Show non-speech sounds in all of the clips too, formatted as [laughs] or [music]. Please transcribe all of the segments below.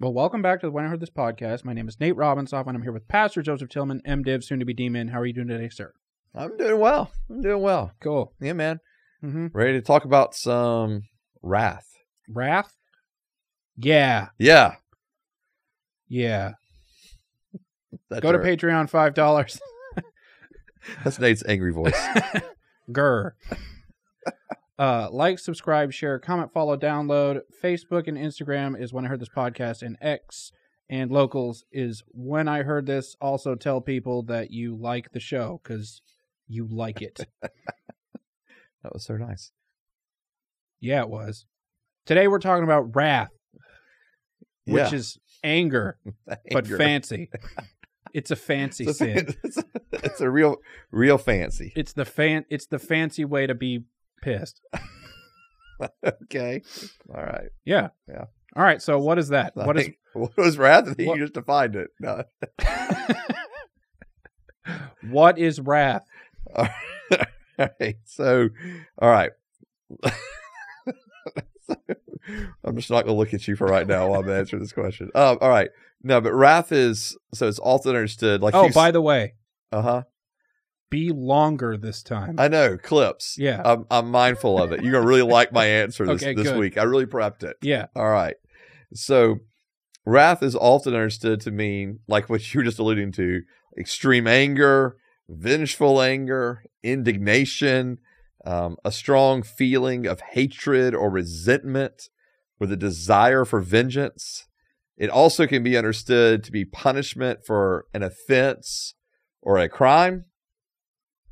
Well, welcome back to the When I Heard This podcast. My name is Nate Robinsoff, and I'm here with Pastor Joseph Tillman, MDiv, soon to be D-Man. How are you doing today, sir? I'm doing well. I'm doing well. Cool. Yeah, man. Mm-hmm. Ready to talk about some wrath. Wrath? Yeah, Yeah. yeah. That's Go to our- Patreon, five dollars. [laughs] That's Nate's angry voice. [laughs] Grr. Uh, like, subscribe, share, comment, follow, download. Facebook and Instagram is when I heard this podcast, and X and locals is when I heard this. Also, tell people that you like the show because you like it. that was so nice. yeah, it was. Today we're talking about wrath, which yeah. is anger, but [laughs] Anger. [laughs] fancy. It's a fancy It's a, [laughs] sin. fan- it's, a, it's a real, real fancy. It's the fan. It's the fancy way to be pissed. Okay. All right. Yeah. Yeah. All right. So what is that? I What is think- [laughs] what was wrath? I think What- you just defined it. No. [laughs] [laughs] what is wrath? All right. So, all right. [laughs] I'm just not going to look at you for right now while I'm answering this question. Um, all right. No, but wrath is so it's also understood. Like, oh, by the way, uh huh. be longer this time. I uh know clips. Yeah. I'm, I'm mindful of it. You're gonna really like my answer this, Okay, this good. week. I really prepped it. yeah. All right. So, wrath is often understood to mean like what you were just alluding to: extreme anger, vengeful anger, indignation, um, a strong feeling of hatred or resentment, with a desire for vengeance. It also can be understood to be punishment for an offense or a crime.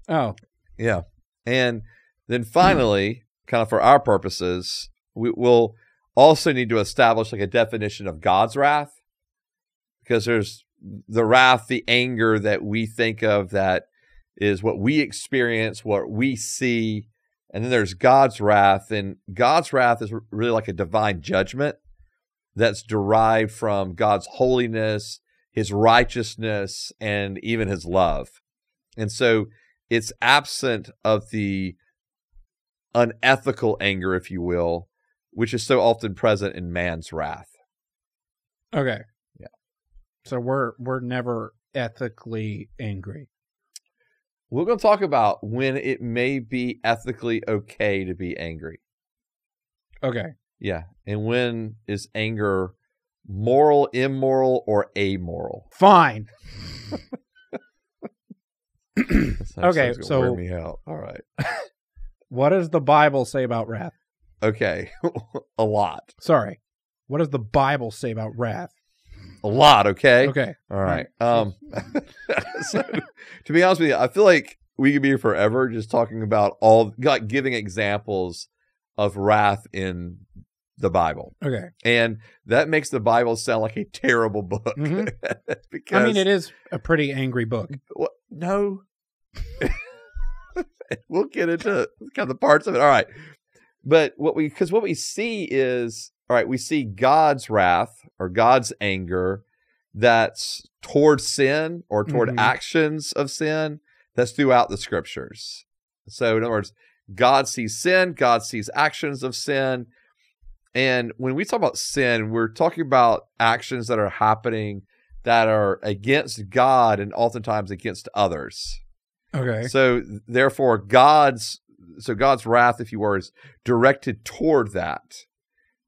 Oh, Yeah. And then finally, kind of for our purposes, we will also need to establish like a definition of God's wrath because there's the wrath, the anger that we think of that is what we experience, what we see. And then there's God's wrath. And God's wrath is r- really like a divine judgment that's derived from God's holiness, his righteousness, and even his love. And so it's absent of the unethical anger, if you will, which is so often present in man's wrath. okay. Yeah. So we're we're never ethically angry. We're going to talk about when it may be ethically okay to be angry. Okay. Yeah. And when is anger moral, immoral, or [clears throat] amoral? Fine. That's how Okay, it's gonna wear so- me out. All right. What does the Bible say about wrath? Okay. [laughs] a lot. Sorry. What does the Bible say about wrath? A lot. Okay. Okay. All right. Um, [laughs] so, to be honest with you, I feel like we could be here forever just talking about all, like giving examples of wrath in the Bible. Okay. And that makes the Bible sound like a terrible book. [laughs] Mhm. because, I mean, it is a pretty angry book. Wha- no. [laughs] we'll get into kind of the parts of it. All right. But what we, because what we see is, all right, we see God's wrath or God's anger that's toward sin or toward Mhm. actions of sin that's throughout the scriptures. So, in other words, God sees sin, God sees actions of sin. And when we talk about sin, we're talking about actions that are happening that are against God and oftentimes against others. Okay. So th- therefore, God's so God's wrath, if you were, is directed toward that,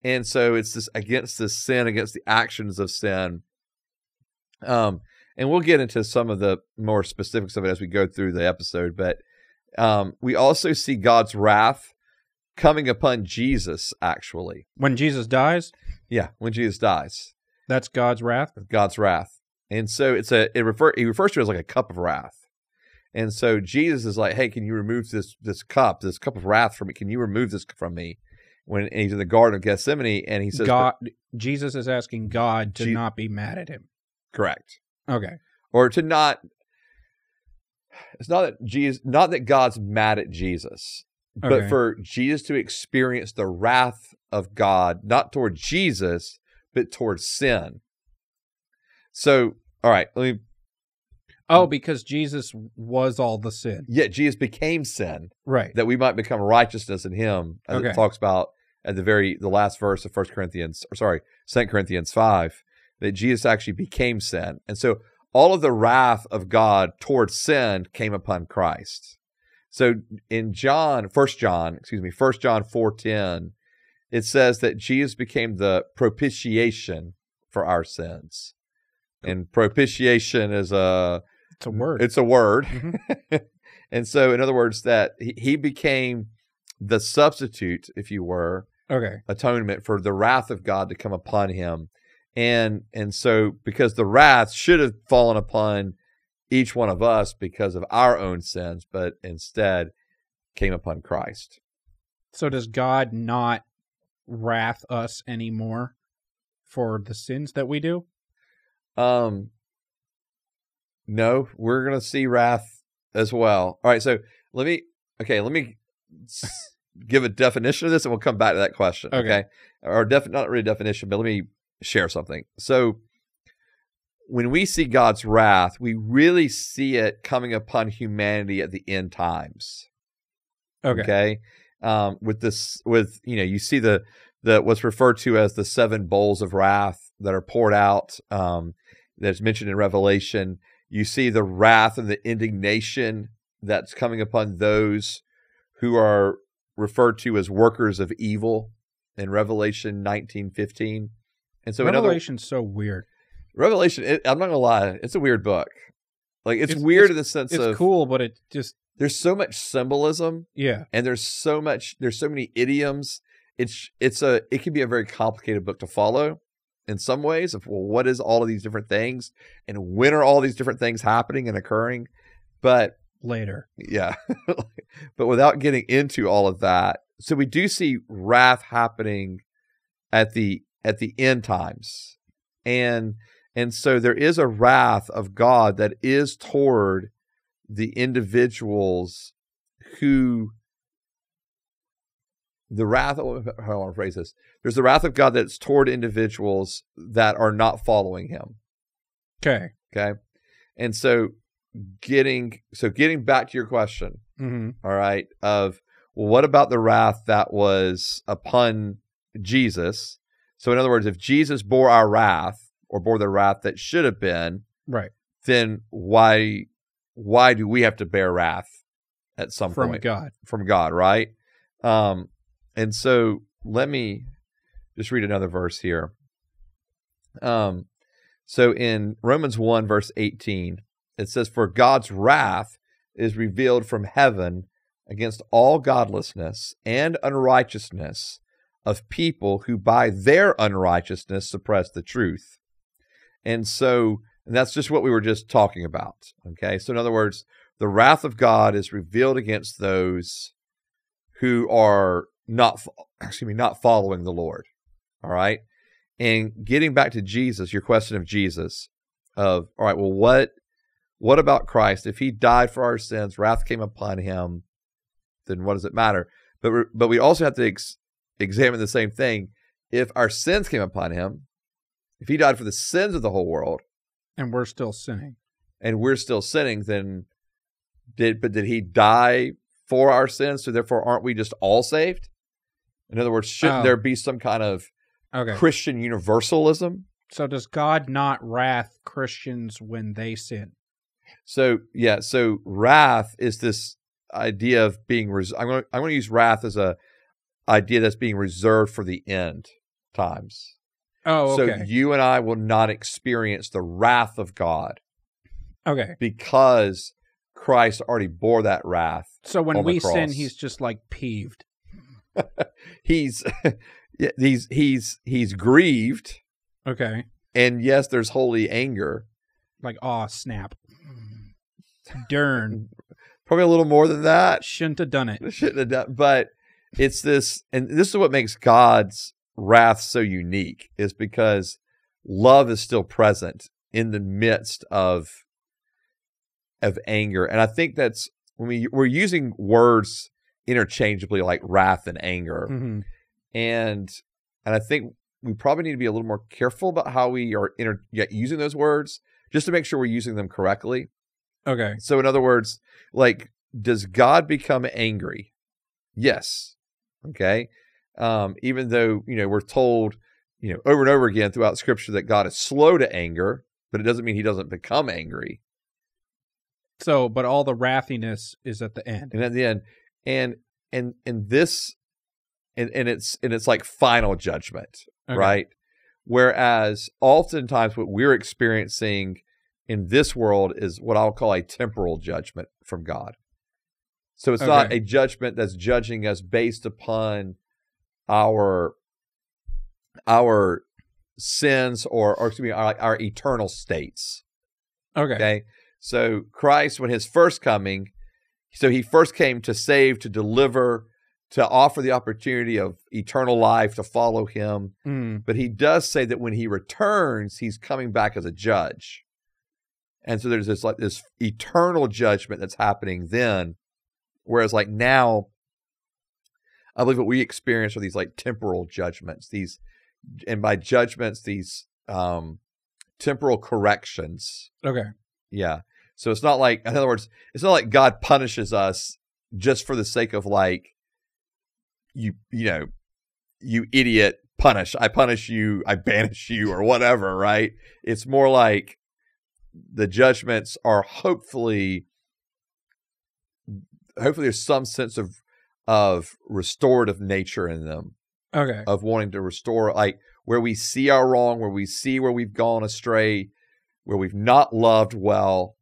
and so it's this against this sin, against the actions of sin. Um, and we'll get into some of the more specifics of it as we go through the episode, but um, we also see God's wrath coming upon Jesus. Actually, When Jesus dies, yeah, when Jesus dies, that's God's wrath. of God's wrath. And so it's a it refer he refers to it as like a cup of wrath. And so Jesus is like, "Hey, can you remove this this cup, this cup of wrath from me? Can you remove this from me?" When and he's in the Garden of Gethsemane, and he says, God Jesus is asking God to Je- not be mad at him. "Correct," Okay. or to not. It's not that Jesus, not that God's mad at Jesus, Okay. but for Jesus to experience the wrath of God, not toward Jesus, but toward sin. So, all right, let me Oh, because Jesus was all the sin. yet Jesus became sin Right. that we might become righteousness in him as Okay. it talks about at the very the last verse of First Corinthians or sorry, Second Corinthians 5. that Jesus actually became sin. And so all of the wrath of God towards sin came upon Christ. So in John, 1 John, excuse me, 1 John 4:10, it says that Jesus became the propitiation for our sins. And propitiation is a It's a word. it's a word. Mhm. [laughs] and so in other words that he, he became the substitute if you were okay. atonement for the wrath of God to come upon him. And and so because the wrath should have fallen upon each one of us because of our own sins, but instead came upon Christ. So does God not wrath us anymore for the sins that we do? Um no, we're going to see wrath as well. All right, so let me okay, let me s- give a definition of this and we'll come back to that question, Okay. okay? Or def- not really a definition, but let me share something. So when we see God's wrath, we really see it coming upon humanity at the end times. Okay. Um, with this, with you know, you see the the what's referred to as the seven bowls of wrath that are poured out. Um, that's mentioned in Revelation. You see the wrath and the indignation that's coming upon those who are referred to as workers of evil in Revelation nineteen fifteen. And so, in other Revelation's so weird. Revelation, it, I'm not gonna lie, it's a weird book. Like it's, It's- weird in the sense It's of cool, but it just there's so much symbolism yeah. and there's so much there's so many idioms. It's it's a it can be a very complicated book to follow in some ways of well what is all of these different things and when are all these different things happening and occurring, but Later. yeah. [laughs] but without getting into all of that, so we do see wrath happening at the at the end times. And and so there is a wrath of God that is toward the individuals who the wrath oh, how do I want to phrase this? There's the wrath of God that's toward individuals that are not following him. Okay. Okay. And so getting so getting back to your question, Mm-hmm. all right, of well, what about the wrath that was upon Jesus? So in other words, if Jesus bore our wrath or bore the wrath that should have been, Right. then why why do we have to bear wrath at some From point God. from God, right? Um and so let me just read another verse here. Um, so in Romans 1, verse 18, it says, For God's wrath is revealed from heaven against all godlessness and unrighteousness of people who by their unrighteousness suppress the truth. And so, and that's just what we were just talking about. Okay. So, in other words, the wrath of God is revealed against those who are not, fo- excuse me, not following the Lord. All right. And getting back to Jesus, your question of Jesus, of all right, well, what what about Christ? If he died for our sins, wrath came upon him, then what does it matter? But we're, but we also have to ex- examine the same thing. If our sins came upon him, if he died for the sins of the whole world, And we're still sinning. and we're still sinning, then did but did he die for our sins? So therefore, aren't we just all saved? In other words, shouldn't Oh. there be some kind of Okay. Christian universalism? So does God not wrath Christians when they sin? So yeah, so wrath is this idea of being. Res- I'm going. to I'm going to use wrath as a idea that's being reserved for the end times. Oh, okay. So you and I will not experience the wrath of God okay. because Christ already bore that wrath. So when on the we sin, cross. he's just like peeved. He's [laughs] yeah, he's he's he's grieved, Okay. and yes, there's holy anger. Like, aw, snap. [laughs] Darn. Probably a little more than that. [laughs] Shouldn't have done it. They shouldn't have done. But it's this, and this is what makes God's wrath so unique, is because love is still present in the midst of of anger, and I think that's when we we're using words interchangeably, like wrath and anger, hmm and and I think we probably need to be a little more careful about how we are inter- yeah, using those words, just to make sure we're using them correctly. Okay. So, in other words, like, does God become angry? Yes. Okay. Um, even though, you know, we're told, you know, over and over again throughout scripture that God is slow to anger, but it doesn't mean he doesn't become angry. So, but all the wrathiness is at the end. And at the end, and and and this and and it's and it's like final judgment, Okay. right? Whereas oftentimes what we're experiencing in this world is what I'll call a temporal judgment from God. So it's not Okay. a judgment that's judging us based upon our our sins or or excuse me our, our eternal states. Okay. Okay. So Christ, when his first coming, so he first came to save, to deliver, to offer the opportunity of eternal life, to follow him. Mm, But he does say that when he returns, he's coming back as a judge. And so there's this like this eternal judgment that's happening then. Whereas like now, I believe what we experience are these like temporal judgments, these and by judgments, these um temporal corrections. okay. Yeah. So it's not like, in other words, it's not like God punishes us just for the sake of like, you, you know, you idiot, punish. I punish you. I banish you, or whatever. Right? It's more like the judgments are hopefully, hopefully, there's some sense of of restorative nature in them Okay. of wanting to restore like where we see our wrong where we see where we've gone astray where we've not loved well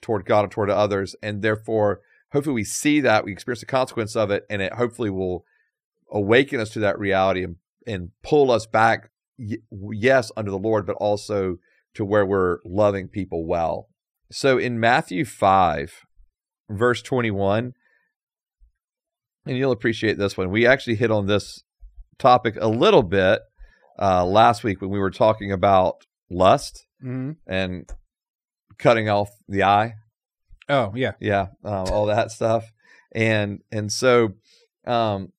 toward god and toward others and therefore hopefully we see that we experience the consequence of it and it hopefully will awaken us to that reality and, and pull us back y- yes under the lord but also to where we're loving people well so in matthew 5 verse 21 and you'll appreciate this one we actually hit on this topic a little bit uh, last week when we were talking about lust Mhm. and cutting off the eye, Oh, yeah. yeah, um, all that stuff, and and so, um,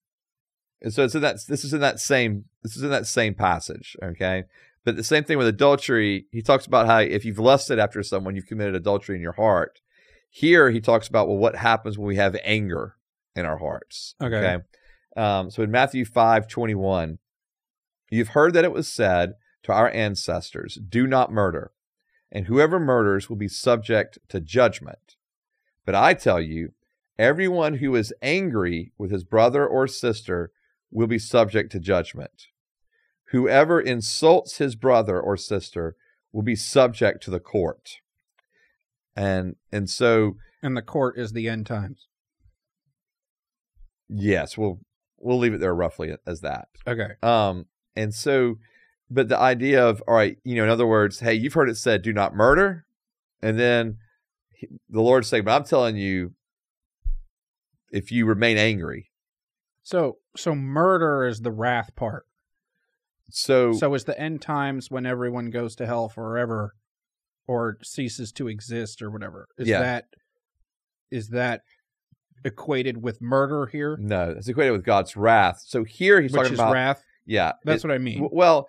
and so it's in that this is in that same this is in that same passage, okay. But the same thing with adultery, he talks about how if you've lusted after someone, you've committed adultery in your heart. Here he talks about well, what happens when we have anger in our hearts. Okay. Okay. Um, so in Matthew five you've heard that it was said to our ancestors, Do not murder, and whoever murders will be subject to judgment. But I tell you, everyone who is angry with his brother or sister will be subject to judgment. Whoever insults his brother or sister will be subject to the court. And and so And the court is the end times. yes, we'll we'll leave it there roughly as that. Okay. Um, and so, but the idea of all right, you know, in other words, hey, you've heard it said, "Do not murder," and then he- the Lord's saying, "But I'm telling you, if you remain angry, So, so murder is the wrath part. so, So is the end times when everyone goes to hell forever or ceases to exist or whatever. Is Yeah. that is that equated with murder here? no, it's equated with God's wrath." So here he's Which talking is about, wrath. yeah, That's it- what I mean. w- well,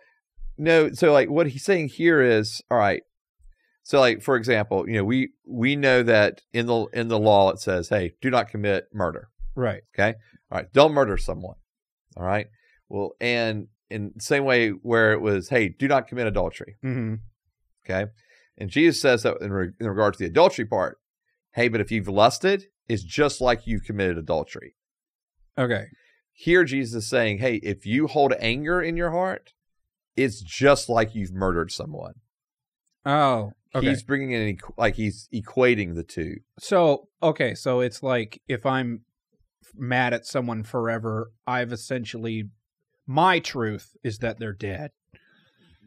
no, so like what he's saying here is all right. So like for example, you know, we we know that in the in the law it says, "Hey, do not commit murder." right. All right, don't murder someone. All right. Well, and in the same way where it was, hey, do not commit adultery. hmm Okay. And Jesus says that in, re- in regard to the adultery part, hey, but if you've lusted, it's just like you've committed adultery. Okay. Here, Jesus is saying, hey, if you hold anger in your heart, it's just like you've murdered someone. Oh. Okay. He's bringing in, an equ- like, he's equating the two. So, okay, so it's like if I'm mad at someone forever, I've essentially my truth is that they're dead.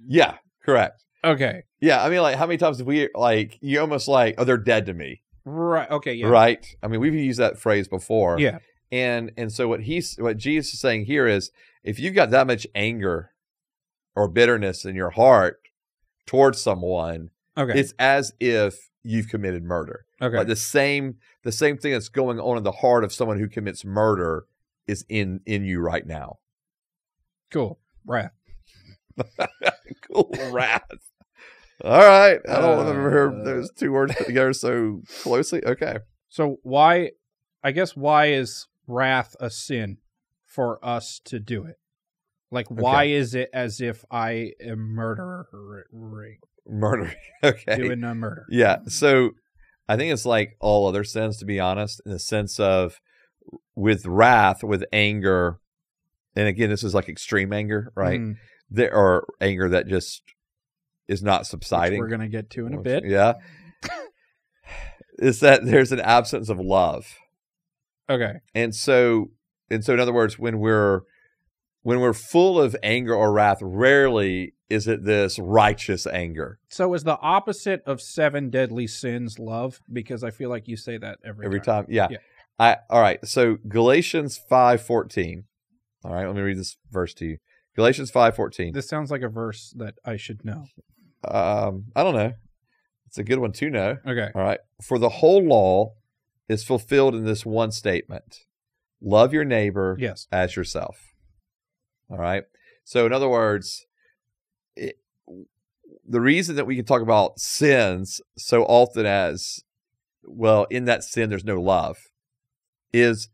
Yeah, correct. Okay. Yeah. I mean, like, how many times have we, like, you almost like, oh, they're dead to me. Right. Okay, yeah. right? I mean, we've used that phrase before. Yeah. And and so what he's what Jesus is saying here is if you've got that much anger or bitterness in your heart towards someone, Okay. it's as if you've committed murder. okay. Like the same the same thing that's going on in the heart of someone who commits murder is in in you right now. [laughs] cool. Wrath. [laughs] cool wrath. All right. I don't Uh. remember those two words put together so closely. Okay. So why I guess why is wrath a sin for us to do it? Like, why is it as if I am murdering, [laughs] Murdering. Okay. doing a murder? Yeah. So I think it's like all other sins, to be honest, in the sense of with wrath, with anger, and again, this is like extreme anger, right? Mm, which There or anger that just is not subsiding. we're gonna get to in a bit. Yeah. is that there's an absence of love. Okay. And so and so in other words, when we're when we're full of anger or wrath, rarely is it this righteous anger. So is the opposite of seven deadly sins love? Because I feel like you say that every every time. time. Yeah. Yeah. I all right. So Galatians five fourteen. All right, let me read this verse to you. Galatians five fourteen. This sounds like a verse that I should know. Um, I don't know. It's a good one to know. Okay. All right. For the whole law is fulfilled in this one statement: love your neighbor Yes. as yourself. All right. So, in other words, it, the reason that we can talk about sins so often as, well, in that sin, there's no love, is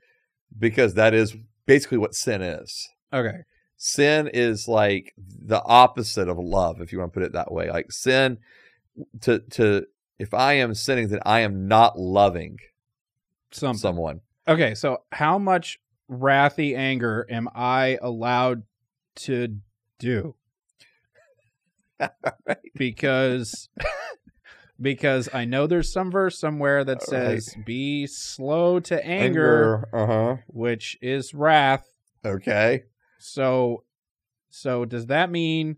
because that is basically what sin is. Okay. Sin is like the opposite of love, if you want to put it that way. Like sin, to to if I am sinning, then I am not loving Something. someone. Okay. So how much wrathy anger am I allowed to do? [laughs] Because because I know there's some verse somewhere that All right. says be slow to anger, uh huh. which is wrath. Okay. So, so does that mean?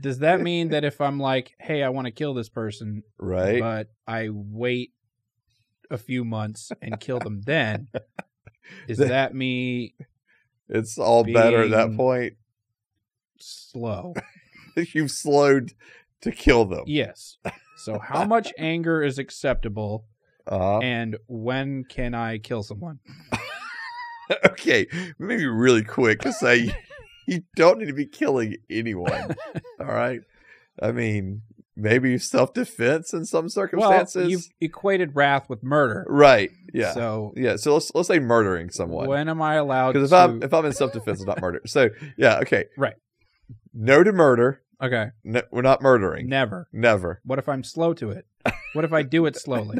Does that mean that if I'm like, hey, I want to kill this person, Right. but I wait a few months and kill them [laughs] then, is That- that me It's all better at that being- point. [laughs] slow? You've slowed to kill them. Yes. So, how much anger is acceptable, Uh, and when can I kill someone? [laughs] okay, maybe really quick [laughs] to say you don't need to be killing anyone. all right. I mean, maybe self defense in some Well, circumstances. you've equated wrath with murder. right. Yeah. So, yeah. So let's let's say murdering someone. when am I allowed? Because if to... I'm if I'm in self defense, it's not murder. So yeah. Okay. Right. No to murder. okay, [laughs] No, we're not murdering. never. Never. What if I'm slow to it? What if I do it [laughs] slowly?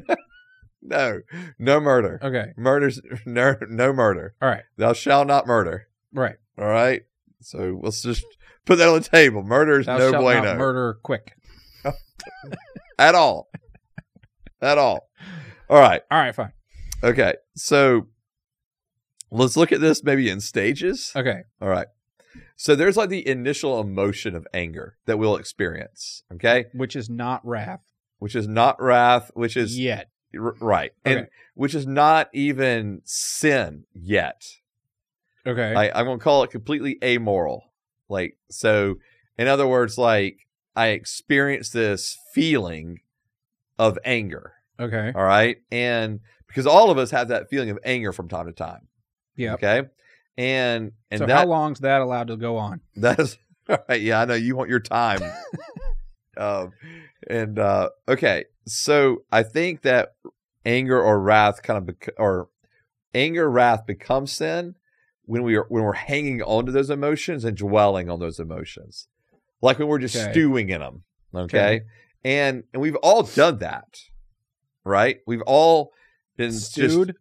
No. No murder. Okay. Murders. [laughs] No. No murder. All right. Thou shalt not murder. Right. All right. So let's just put that on the table. Murder is Thou no shalt bueno not murder quick. at all. at all. All right. All right, fine. Okay. So let's look at this maybe in stages. Okay. All right. So there's like the initial emotion of anger that we'll experience. Okay. Which is not wrath Which is not wrath, which is yet. r- right. And Okay. which is not even sin yet. Okay. I, I'm gonna call it completely amoral. Like so, in other words, like I experienced this feeling of anger. okay. All right, and because all of us have that feeling of anger from time to time. Yep. Okay, and and so how that long's that allowed to go on? [laughs] that's all right. Yeah, I know you want your time. um, and uh, okay, so I think that anger or wrath kind of bec- or anger wrath becomes sin when we are when we're hanging on to those emotions and dwelling on those emotions, like when we're just Okay. stewing in them. Okay, and and we've all done that, right? We've all been Stewed? Just,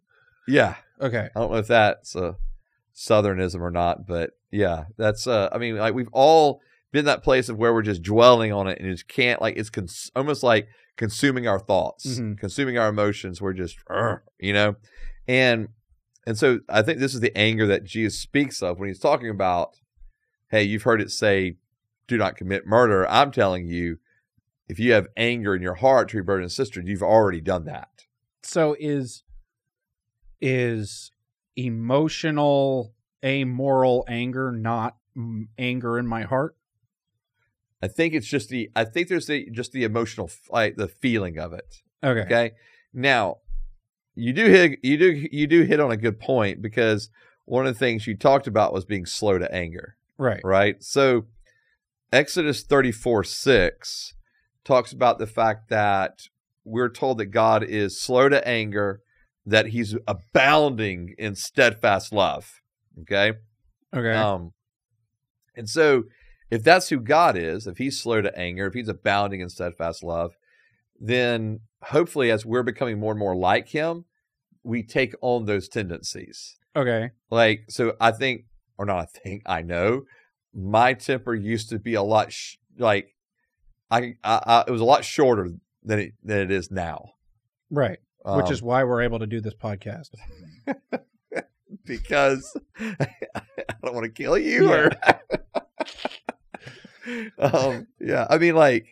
yeah, okay. I don't know if that's a southernism or not, but yeah, that's uh I mean like we've all been that place of where we're just dwelling on it and just can't like it's cons- almost like consuming our thoughts, Mhm. consuming our emotions, we're just "Ugh," you know. And and so I think this is the anger that Jesus speaks of when he's talking about hey, you've heard it say do not commit murder. I'm telling you if you have anger in your heart to your brother and sister, you've already done that. So is is emotional amoral anger not mm, anger in my heart? I think it's just the I think there's the just the emotional f- like the feeling of it. Okay. Okay. Now, you do hit you do you do hit on a good point because one of the things you talked about was being slow to anger, Right. right? So Exodus 34 6 talks about the fact that we're told that God is slow to anger, that he's abounding in steadfast love. Okay. Okay. Um, And so, if that's who God is, if he's slow to anger, if he's abounding in steadfast love, then hopefully, as we're becoming more and more like him, we take on those tendencies. Okay. Like, so I think, or not, I think, I know my temper used to be a lot, sh- like, I, I, I, it was a lot shorter than it, than it is now. Right. Which Um, is why we're able to do this podcast. because [laughs] I don't want to kill you or [laughs] um yeah I mean like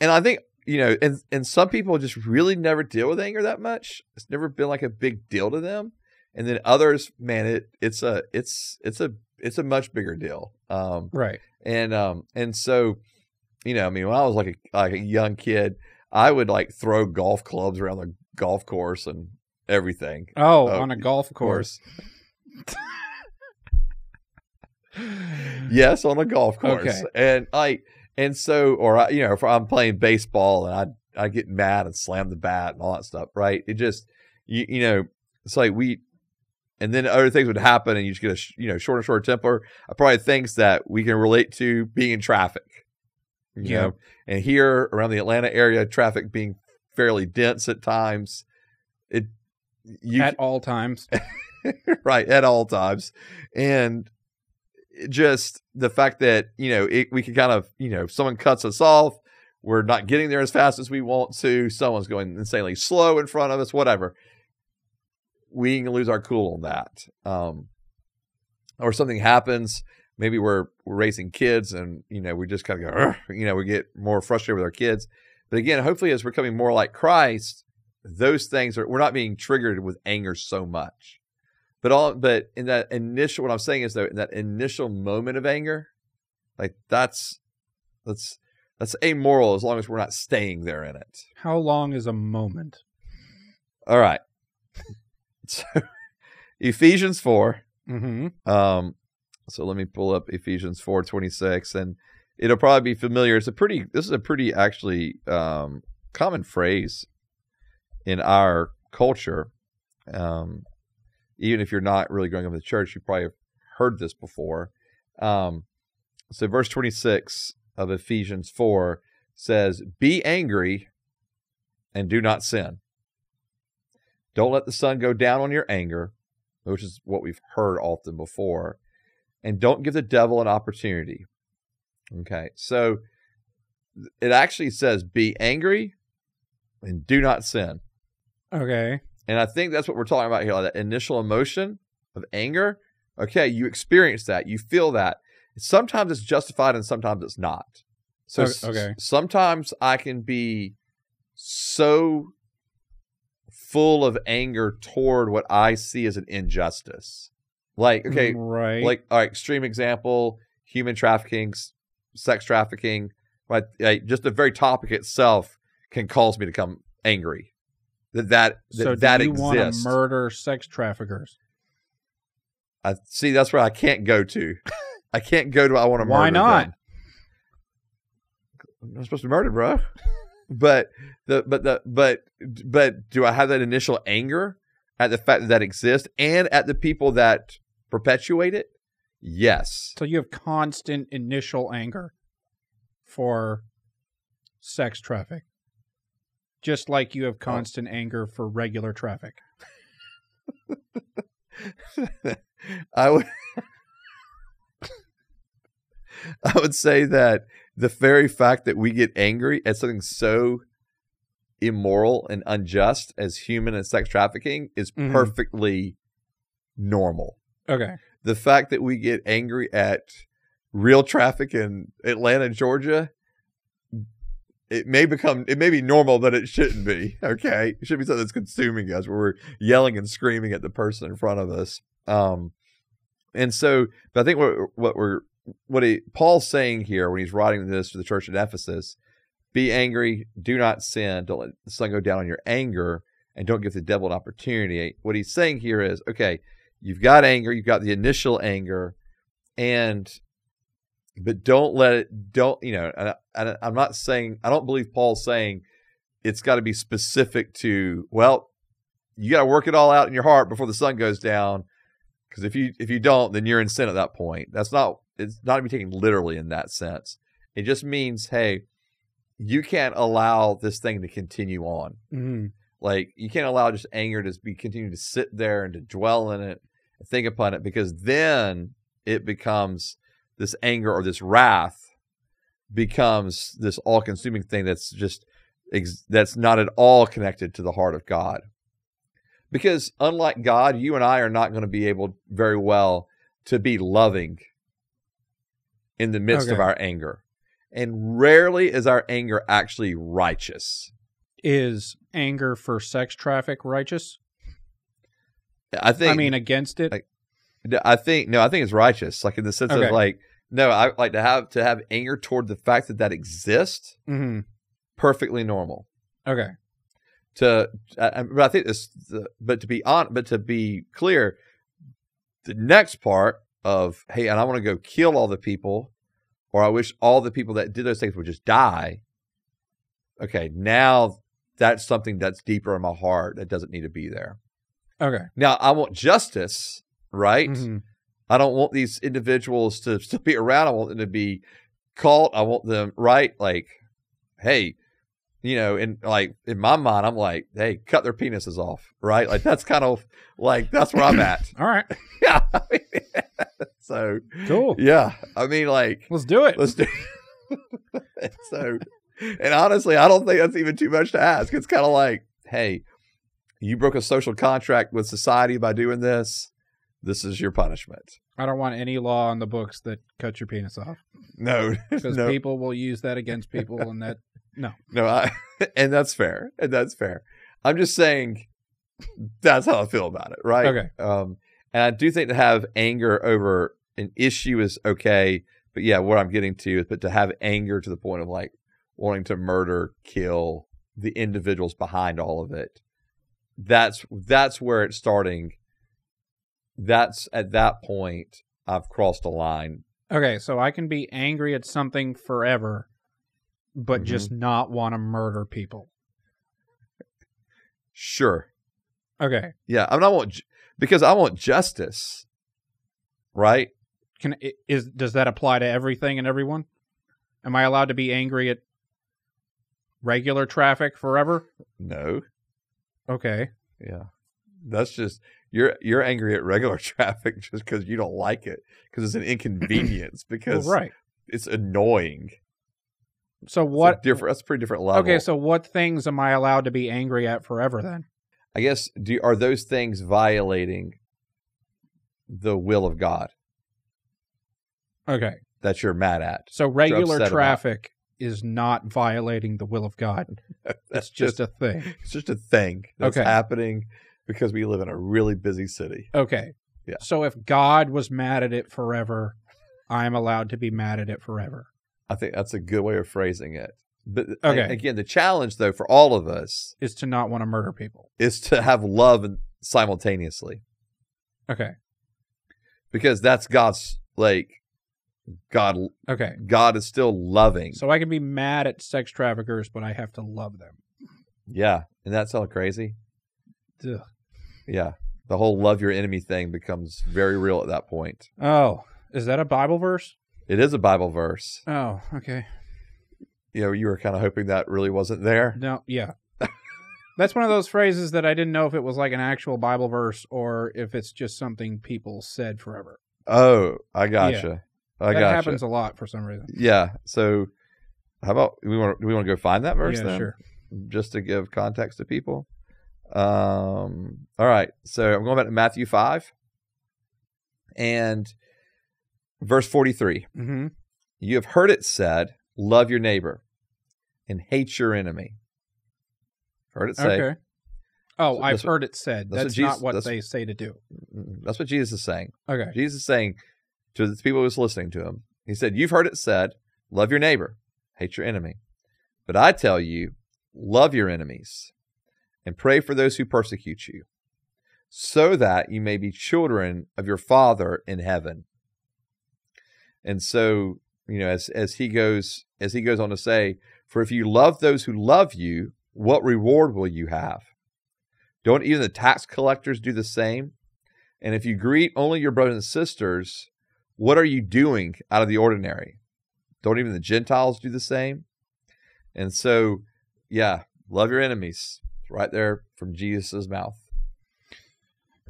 and I think you know and and some people just really never deal with anger that much it's never been like a big deal to them and then others man it it's a it's it's a it's a much bigger deal um Right. and um and so you know i mean when i was like a like a young kid i would like throw golf clubs around the golf course and everything Oh, Oh, on a golf course. yes, on a golf course. Okay. And like, and so, or I, you know, if I'm playing baseball and I I get mad and slam the bat and all that stuff, right? It just, you you know, it's like we, and then other things would happen and you just get a sh- you know short and short temper. I probably things that we can relate to being in traffic, you Yeah. know, and here around the Atlanta area, traffic being fairly dense at times. It you At all [laughs] times. right at all times and it just the fact that you know it, we can kind of you know if someone cuts us off we're not getting there as fast as we want to someone's going insanely slow in front of us whatever we can lose our cool on that um or something happens maybe we're we're raising kids and you know we just kind of go "Ugh," you know we get more frustrated with our kids but again hopefully as we're becoming more like christ those things are we're not being triggered with anger so much but all but in that initial what I'm saying is though in that initial moment of anger, like that's that's that's amoral as long as we're not staying there in it. How long is a moment? All right. [laughs] So Ephesians four. Mm-hmm. Um so let me pull up Ephesians four twenty six and it'll probably be familiar. It's a pretty this is a pretty actually um common phrase in our culture. Um, even if you're not really growing up in the church, you probably have heard this before. Um, so, verse 26 of Ephesians 4 says, Be angry and do not sin. Don't let the sun go down on your anger, which is what we've heard often before, and don't give the devil an opportunity. Okay, so it actually says, Be angry and do not sin. Okay. And I think that's what we're talking about here like that initial emotion of anger. Okay, you experience that, you feel that. Sometimes it's justified and sometimes it's not. So O- s- okay. sometimes I can be so full of anger toward what I see as an injustice. Like, okay, Mm, Right. like all right, extreme example human trafficking s- sex trafficking right like, just the very topic itself can cause me to come angry that that that, so that do you want to exists murder sex traffickers? I, see that's where i can't go to i can't go to i want to Why murder not? them. i'm not supposed to murder bro but the but the but but do i have that initial anger at the fact that that exists and at the people that perpetuate it yes So you have constant initial anger for sex traffic, just like Oh. you have constant anger for regular traffic. I would [laughs] I would say that the very fact that we get angry at something so immoral and unjust as human and sex trafficking is Mhm. perfectly normal. Okay. The fact that we get angry at real traffic in Atlanta, Georgia, it may become it may be normal, but it shouldn't be. Okay, it should be something that's consuming us, where we're yelling and screaming at the person in front of us. Um, and so, but I think what what we're what he, Paul's saying here when he's writing this to the church at Ephesus: be angry, do not sin, don't let the sun go down on your anger, and don't give the devil an opportunity. What he's saying here is, okay, you've got anger, you've got the initial anger, and but don't let it don't you know and I, and I, i'm not saying i don't believe paul's saying it's got to be specific to well you got to work it all out in your heart before the sun goes down Because if you if you don't, then you're in sin at that point. That's not it's not to be taken literally in that sense. It just means, hey, you can't allow this thing to continue on. hmm Like you can't allow just anger to be continue to sit there and to dwell in it, and think upon it, because then it becomes this anger or this wrath becomes this all-consuming thing that's just ex- that's not at all connected to the heart of God. Because unlike God, you and I are not going to be able very well to be loving in the midst of Okay. our anger. And rarely is our anger actually righteous. Is anger for sex traffic righteous? I think I mean, against it. like- No, I think no, I think it's righteous. Like in the sense Okay. of like no, I like to have to have anger toward the fact that that exists. hmm Perfectly normal. Okay. To I, I- but I think this. The, but to be on, but to be clear, the next part of hey, and I want to go kill all the people, or I wish all the people that did those things would just die. Okay, now that's something that's deeper in my heart that doesn't need to be there. Okay. Now I want justice, right? Mhm. I don't want these individuals to still be around. I want them to be caught. I want them right. Like, hey, you know, and like in my mind, I'm like, hey, cut their penises off, right? Like that's kind of like that's where I'm at. [laughs] All right. yeah. I mean, so Cool. yeah, I mean, like Let's do it. let's do. [laughs] so, and honestly, I don't think that's even too much to ask. It's kind of like, hey, you broke a social contract with society by doing this. This is your punishment. I don't want any law on the books that cut your penis [laughs] off No, because no, people will use that against people, and [laughs] that no. I, [laughs] and that's fair. And that's fair. I'm just saying that's how I feel about it, right? Okay. Um, and I do think to have anger over an issue is okay, but yeah, what I'm getting to is, but to have anger to the point of like wanting to murder, kill the individuals behind all of it, that's that's where it's starting. That's at that point I've crossed a line. okay. So I can be angry at something forever, but Mm-hmm. just not want to murder people. Sure. Okay. Yeah, I mean, I want ju- because I want justice, right? Can i- is does that apply to everything and everyone? Am I allowed to be angry at regular traffic forever? No, Okay. yeah, that's just you're you're angry at regular [laughs] traffic just because you don't like it because it's [clears throat] an inconvenience Well, because right. it's annoying. It's So a what? different? That's a pretty different level. Okay. So what things am I allowed to be angry at forever then? I guess do are those things violating the will of God Okay. that you're mad at? So regular upset about. traffic is not violating the will of God. That's just a thing. it's just a thing that's Okay. happening because we live in a really busy city. Okay. Yeah. So if God was mad at it forever, I'm allowed to be mad at it forever. I think that's a good way of phrasing it. But a- Okay. again, the challenge though for all of us Is to not want to murder people. is to have love and- simultaneously Okay. because that's God's like God Okay. God is still loving. So I can be mad at sex traffickers, but I have to love them. yeah, and that's all crazy. Ugh. Yeah. The whole love your enemy thing becomes very real at that point. Oh, is that a Bible verse? It is a Bible verse. Oh, okay. You know, you were kind of hoping that really wasn't there. No, yeah. [laughs] That's one of those phrases that I didn't know if it was like an actual Bible verse or if it's just something people said forever. Oh, I gotcha. I that gotcha. happens a lot for some reason. Yeah. So, how about we want? Do we want to go find that verse yeah, then? sure. just to give context to people. Um, all right, so I'm going back to Matthew 5 and verse 43. hmm You have heard it said, Love your neighbor and hate your enemy. Heard it say, Okay. Oh, So I've that's what- heard it said. that's what That's, Jesus- not what that's- they say to do. That's what Jesus is saying. Okay. Jesus is saying to the people who's listening to him, he said, You've heard it said, love your neighbor, hate your enemy. But I tell you, love your enemies and pray for those who persecute you, so that you may be children of your Father in heaven. And so, you know, as as he goes as he goes on to say, for if you love those who love you, what reward will you have? Don't even the tax collectors do the same? And if you greet only your brothers and sisters, what are you doing out of the ordinary? Don't even the Gentiles do the same? And so, yeah, love your enemies. It's right there from Jesus' mouth.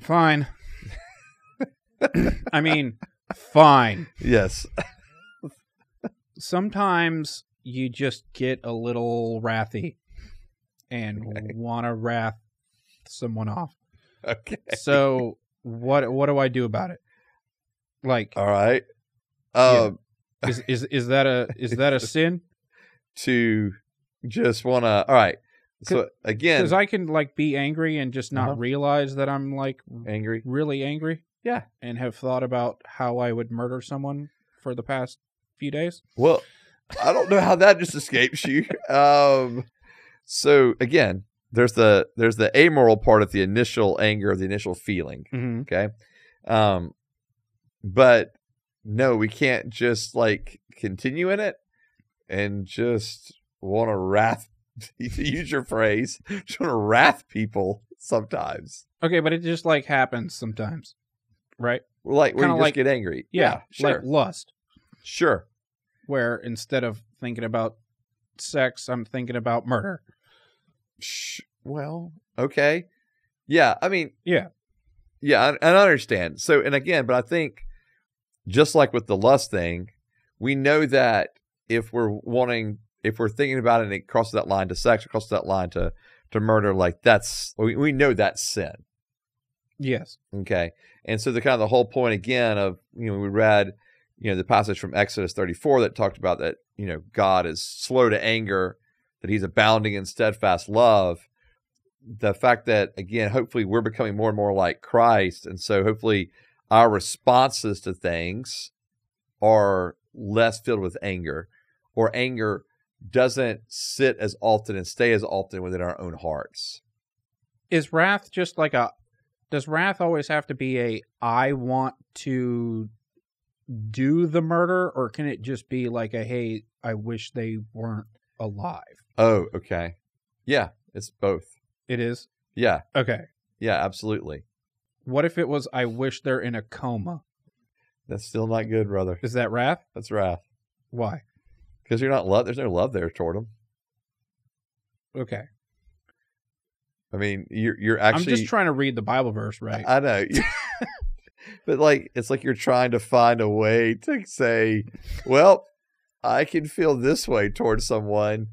Fine. I mean, fine. Yes. Sometimes you just get a little wrathy [laughs] and want to wrath someone off. [laughs] Okay. So what what do I do about it? Like All right. Um, is is is that a is [laughs] that a sin? To just want to, all right. So again, Because I can like be angry and just not Uh-huh. realize that I'm like angry. really angry. Yeah. and have thought about how I would murder someone for the past few days. Well, I don't know how that just escapes you. [laughs] Um, so again, there's the there's the amoral part of the initial anger, the initial feeling. Mm-hmm. Okay. Um, but no, we can't just like continue in it and just want to wrath, [laughs] to use your phrase, just want to wrath people sometimes. Okay, but it just like happens sometimes, right? We're Like, where you Kinda just like- get angry. like sure. lust, sure. where instead of thinking about sex, I'm thinking about murder. Sh- well, okay. Yeah. I mean, Yeah. Yeah. I, I understand. So, and again, but I think just like with the lust thing, we know that if we're wanting, if we're thinking about it and it crosses that line to sex, it crosses that line to, to murder, like that's, we, we know that's sin. Yes. Okay. And so the kind of the whole point again of, you know, we read, you know, the passage from Exodus 34 that talked about that, you know, God is slow to anger, that he's abounding in steadfast love. The fact that, again, hopefully we're becoming more and more like Christ. And so hopefully our responses to things are less filled with anger or anger doesn't sit as often and stay as often within our own hearts. Is wrath just like a? Does wrath always have to be a I want to do the murder, or can it just be like a Hey, I wish they weren't alive? Oh, okay. Yeah, it's both. It is Yeah. okay. Yeah, absolutely. What if it was I wish they're in a coma? That's still not good, brother. [laughs] Is that wrath? That's wrath. Why? Because you're not love. There's no love there toward them. Okay. I mean, you're you're actually. I'm just trying to read the Bible verse right. I know. [laughs] but like, it's like you're trying to find a way to say, well, I can feel this way towards someone,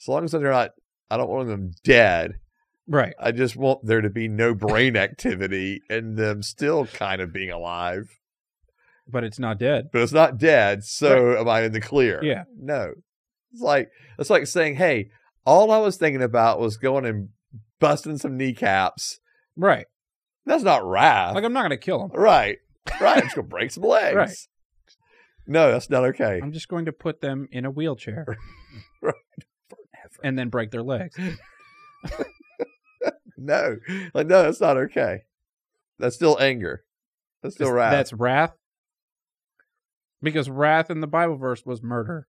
as long as they're not. I don't want them dead. right. I just want there to be no brain activity and them still kind of being alive. But it's not dead. but it's not dead. So am I in the clear? Yeah. No. It's like it's like saying, "Hey, all I was thinking about was going and busting some kneecaps. Right. That's not wrath, Like I'm not going to kill him. right? [laughs] Right? I'm just gonna break some legs. Right. No, that's not okay. [laughs] I'm just going to put them in a wheelchair. [laughs] Right. And then break their legs. No, like no, that's not okay. That's still anger. That's still Is- wrath. That's wrath. Because wrath in the Bible verse was murder.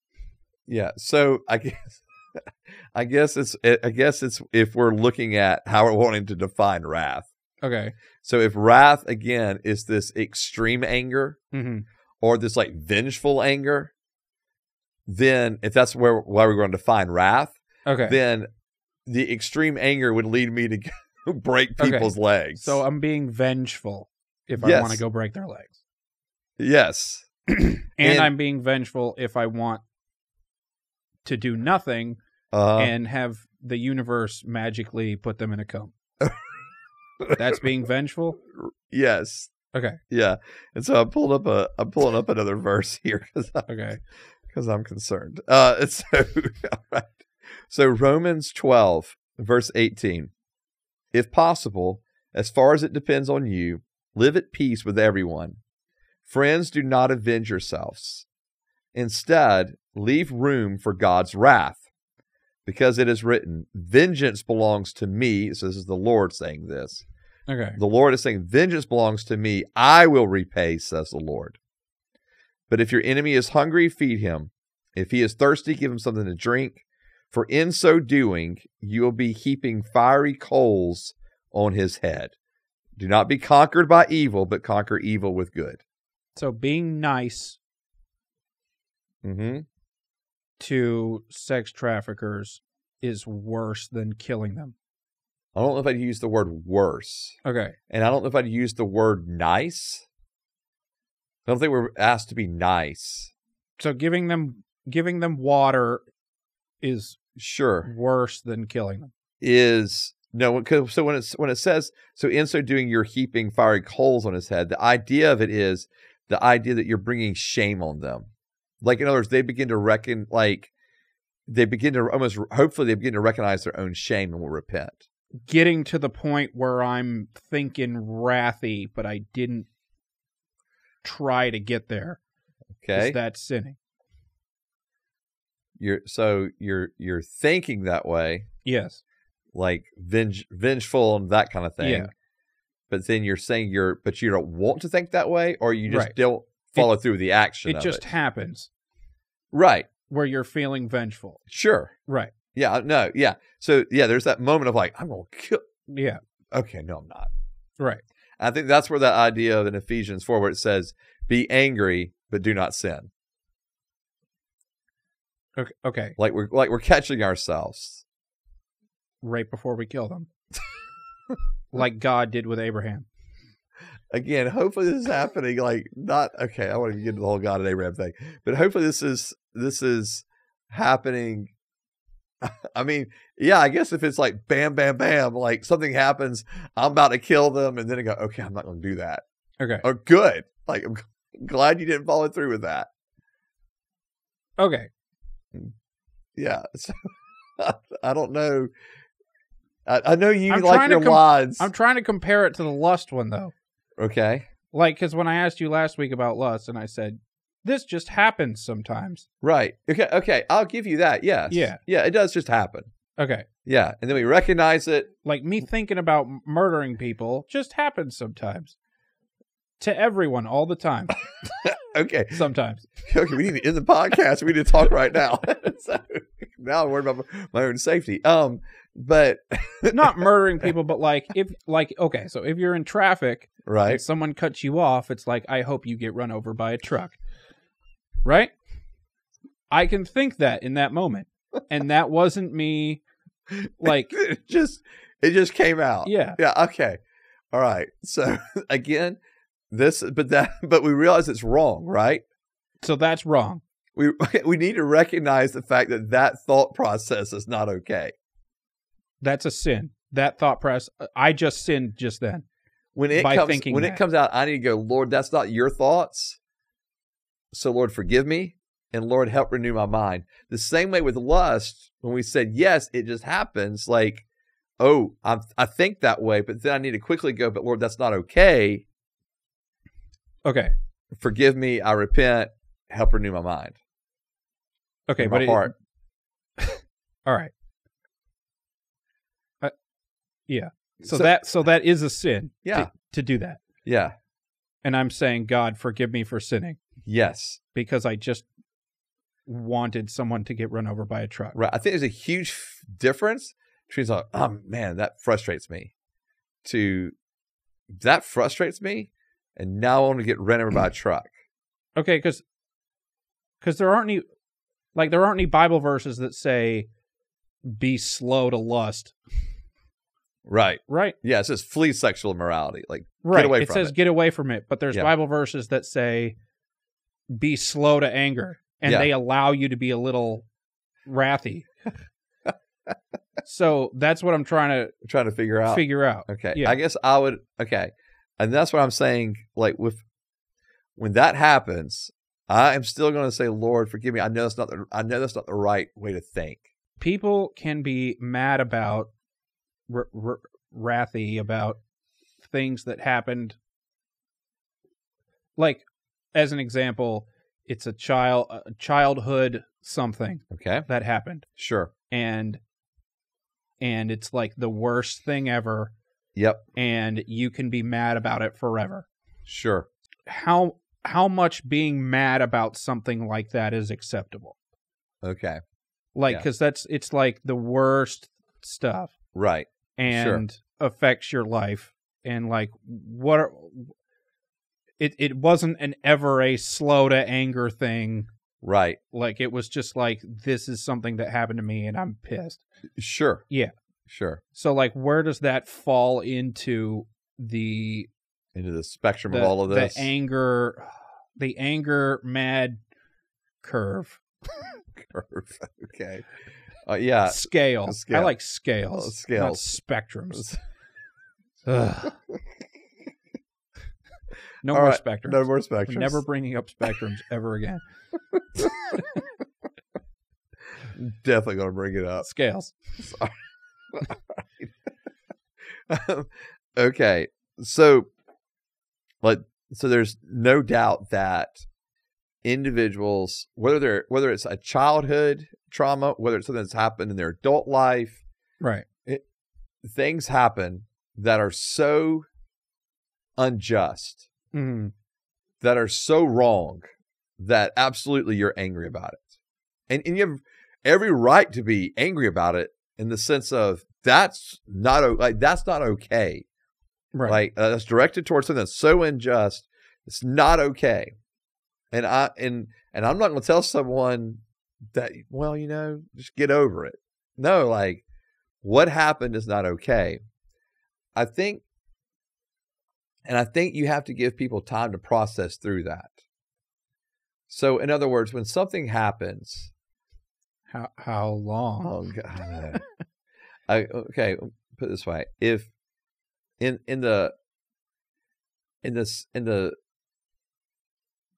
Yeah. So I guess [laughs] I guess it's I guess it's if we're looking at how we're wanting to define wrath. Okay. So if wrath again is this extreme anger hmm or this like vengeful anger, then if that's where why we're going to define wrath, Okay. then the extreme anger would lead me to [laughs] go break Okay. people's legs. so uh, I'm being vengeful if I Yes. want to go break their legs. yes, And, And- I'm being vengeful if I want to do nothing uh, and have the universe magically put them in a [laughs] coma. That's being vengeful. yes, Okay. yeah. And so I'm pulling up a I'm pulling up another [laughs] verse here because Okay. because I'm concerned. Uh, [laughs] and so, all right. So Romans 12, verse 18. If possible, as far as it depends on you, live at peace with everyone. Friends, do not avenge yourselves. Instead, leave room for God's wrath, because it is written, Vengeance belongs to me. So this is the Lord saying this. Okay. The Lord is saying, Vengeance belongs to me. I will repay, says the Lord. But if your enemy is hungry, feed him. If he is thirsty, give him something to drink. For in so doing, you will be heaping fiery coals on his head. Do not be conquered by evil, but conquer evil with good. So being nice Mm-hmm. to sex traffickers is worse than killing them. I don't know if I'd use the word worse, Okay. and I don't know if I'd use the word nice. I don't think we're asked to be nice. So giving them giving them water is Sure, worse than killing them. is no. 'cause- So when it's when it says so, in so doing, you're heaping fiery coals on his head. The idea of it is the idea that you're bringing shame on them. Like in other words, they begin to reckon like they begin to almost hopefully they begin to recognize their own shame and will repent. Getting to the point where I'm thinking wrathy, but I didn't try to get there. Okay, Is that sinning? you're so you're you're thinking that way Yes. like venge, vengeful and that kind of thing. Yeah. But then you're saying you're, but you don't want to think that way, or you just Right. don't follow through with the action. It of just it. happens right, where you're feeling vengeful. sure, Right. yeah, no, yeah. So yeah, there's that moment of like, I'm gonna kill. Yeah. Okay, no, I'm not. Right. I think that's where that idea of in Ephesians four, where it says, "Be angry, but do not sin." Okay. Okay. Like we're like we're catching ourselves. Right before we kill [laughs] them. like God did with Abraham. again, hopefully this is happening. Like, not okay. I want to get into the whole God and Abraham thing, but hopefully this is this is happening. [laughs] I mean, yeah, I guess if it's like bam, bam, bam, like something happens, I'm about to kill them, and then I go, okay, I'm not going to do that. Okay. Oh, good. Like, I'm [laughs] glad you didn't follow through with that. Okay. Yeah. So, [laughs] I don't know. I, I know you I'm like trying to your com- lines. I'm trying to compare it to the lust one though. okay. Like, because when I asked you last week about lust, and I said this just happens sometimes. Right. Okay. Okay. I'll give you that. Yes. Yeah. Yeah. It does just happen. Okay, Yeah. And then we recognize it. like me thinking about m- murdering people just happens sometimes to everyone all the time. Okay. [laughs] Sometimes. Okay. We need to end the podcast. We need to talk right now. [laughs] so now I'm worried about my own safety. Um, but Not murdering people, but like if like okay, so if you're in traffic right. [laughs] and someone cuts you off, it's like I hope you get run over by a truck. Right? I can think that in that moment. And that wasn't me like [laughs] It just it just came out. yeah. Yeah. Okay. All right. So [laughs] again, this but that but we realize it's wrong, right? So that's wrong. We [laughs] we need to recognize the fact that that thought process is not okay. That's a sin. That thought press. uh, I just sinned just then. when it by comes thinking when it that. comes out i need to go lord that's not your thoughts so lord forgive me and lord help renew my mind the same way with lust when we said yes it just happens like oh i i think that way but then i need to quickly go but lord that's not okay Okay. forgive me i repent help renew my mind Okay. and But my it- heart all right. Uh, yeah. So, So- that so that is a sin. to- Yeah. To do that, yeah and I'm saying, God, forgive me for sinning yes because I just wanted someone to get run over by a truck. Right. I think there's a huge f- difference between like, oh man, that frustrates me. To that frustrates me, and now I want to get ran over by a truck. Okay. Because because there aren't any like there aren't any Bible verses that say be slow to lust. Right. Right. Yeah. It says flee sexual immorality. Like Right. away it from says it. get away from it, but there's Yeah. Bible verses that say be slow to anger and Yeah. they allow you to be a little wrathy. so that's what I'm trying [laughs] I'm trying to figure to out. figure out. okay. yeah. I guess I would. Okay. And that's what I'm saying. Like with when that happens, I am still going to say, Lord, forgive me. I know that's not. The, I know that's not the right way to think. People can be mad about r- r- wrathy about things that happened like as an example, it's a child a childhood something Okay. that happened. Sure. and and it's like the worst thing ever Yep. and you can be mad about it forever Sure. how how much being mad about something like that is acceptable Okay. like Yeah. cuz that's it's like the worst stuff Right. and affects your life and like what are, it it wasn't an ever a slow to anger thing Right. like it was just like this is something that happened to me and I'm pissed Sure. Yeah. Sure. so like where does that fall into the Into the spectrum the, of all of the this. [laughs] anger [sighs] the anger mad curve curve. okay. Uh, yeah. scale. scale. I like scales. Oh, Not scales. spectrums. [laughs] Ugh. no All more right, spectrums. No more We're spectrum. Never bringing up spectrums ever again. [laughs] Definitely gonna bring it up. Scales. [laughs] okay. So, like, so there's no doubt that individuals, whether they're whether it's a childhood trauma, whether it's something that's happened in their adult life, Right. things happen that are so unjust, Mhm. that are so wrong, that absolutely you're angry about it, and and you have every right to be angry about it in the sense of that's not o- like that's not okay. Right. Like uh, that's directed towards something that's so unjust. It's not okay. And I and and I'm not going to tell someone that well, you know, just get over it. No, like what happened is not okay. I think and I think you have to give people time to process through that. So in other words, when something happens, how how long? Oh God. I, okay, put it this way: if in in the in this in the